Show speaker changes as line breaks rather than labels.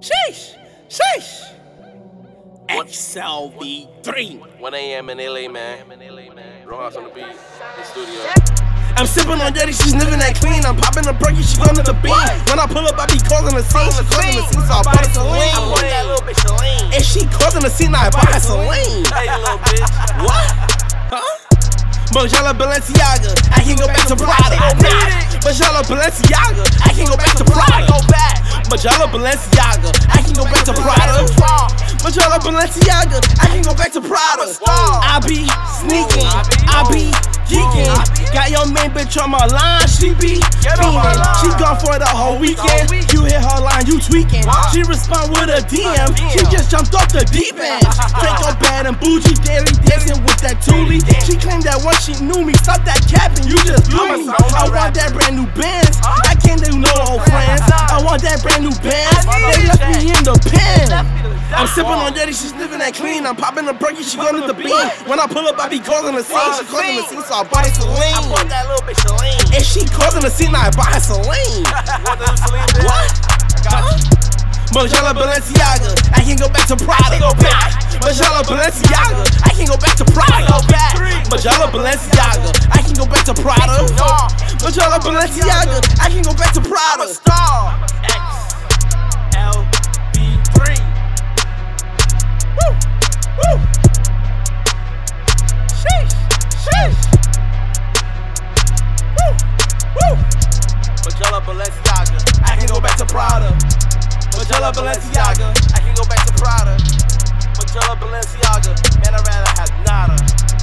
Sheesh! Sheesh! XLV3.
1 a.m. in LA, man. Roll house on the beat. The studio.
I'm sipping on Yeti, she's living that clean. I'm popping a perky, she's going to the beat. When I pull up, I be causing a scene. She's causing a scene, so I bought her Celine.
that little bitch Celine.
And she causing a scene, I bought her Celine.
Hey, little bitch.
What? Huh? Margiela Balenciaga, I can go back to Prada. Margiela Balenciaga, I can go back to Prada. Go back. Margiela Balenciaga, I can go back to Prada. Margiela Balenciaga, I can go back to Prada. I be sneaking, I be geeking. Got your main bitch on my line, she be fiending. She gone for the whole weekend. You hit her line, you tweaking. She respond with a DM. She just jumped off the deep end. Draco bad and bougie, daily dancing with that Thule. She claimed that once she knew me, stop that capping, you just blew me. I want that brand new Benz. I can't do no old friends. I want that brand new Benz. They left me in the pen. I'm sipping on Yeti, she's living that clean. I'm popping a perky, she going to the beat. When I pull up, I be causing a scene. She causing a scene, so I bought her Celine.
that little bitch Celine.
And she causing a scene, I bought her Celine.
Want that Celine, bitch?
What?
I got you.
Margiela Balenciaga, I can go back to Prada. Go back. Margiela Balenciaga, I can go back to Prada. Go back. Margiela Balenciaga, I can go back to Prada. Margiela Balenciaga, I can go back to Prada. Star.
XLB3.
Woo. Woo. Sheesh. Sheesh. Woo. Woo.
Majella Balenciaga.
I can go back to Prada. Margiela Balenciaga,
I can go back to Prada. Majella Balenciaga. Man, I rather have nada.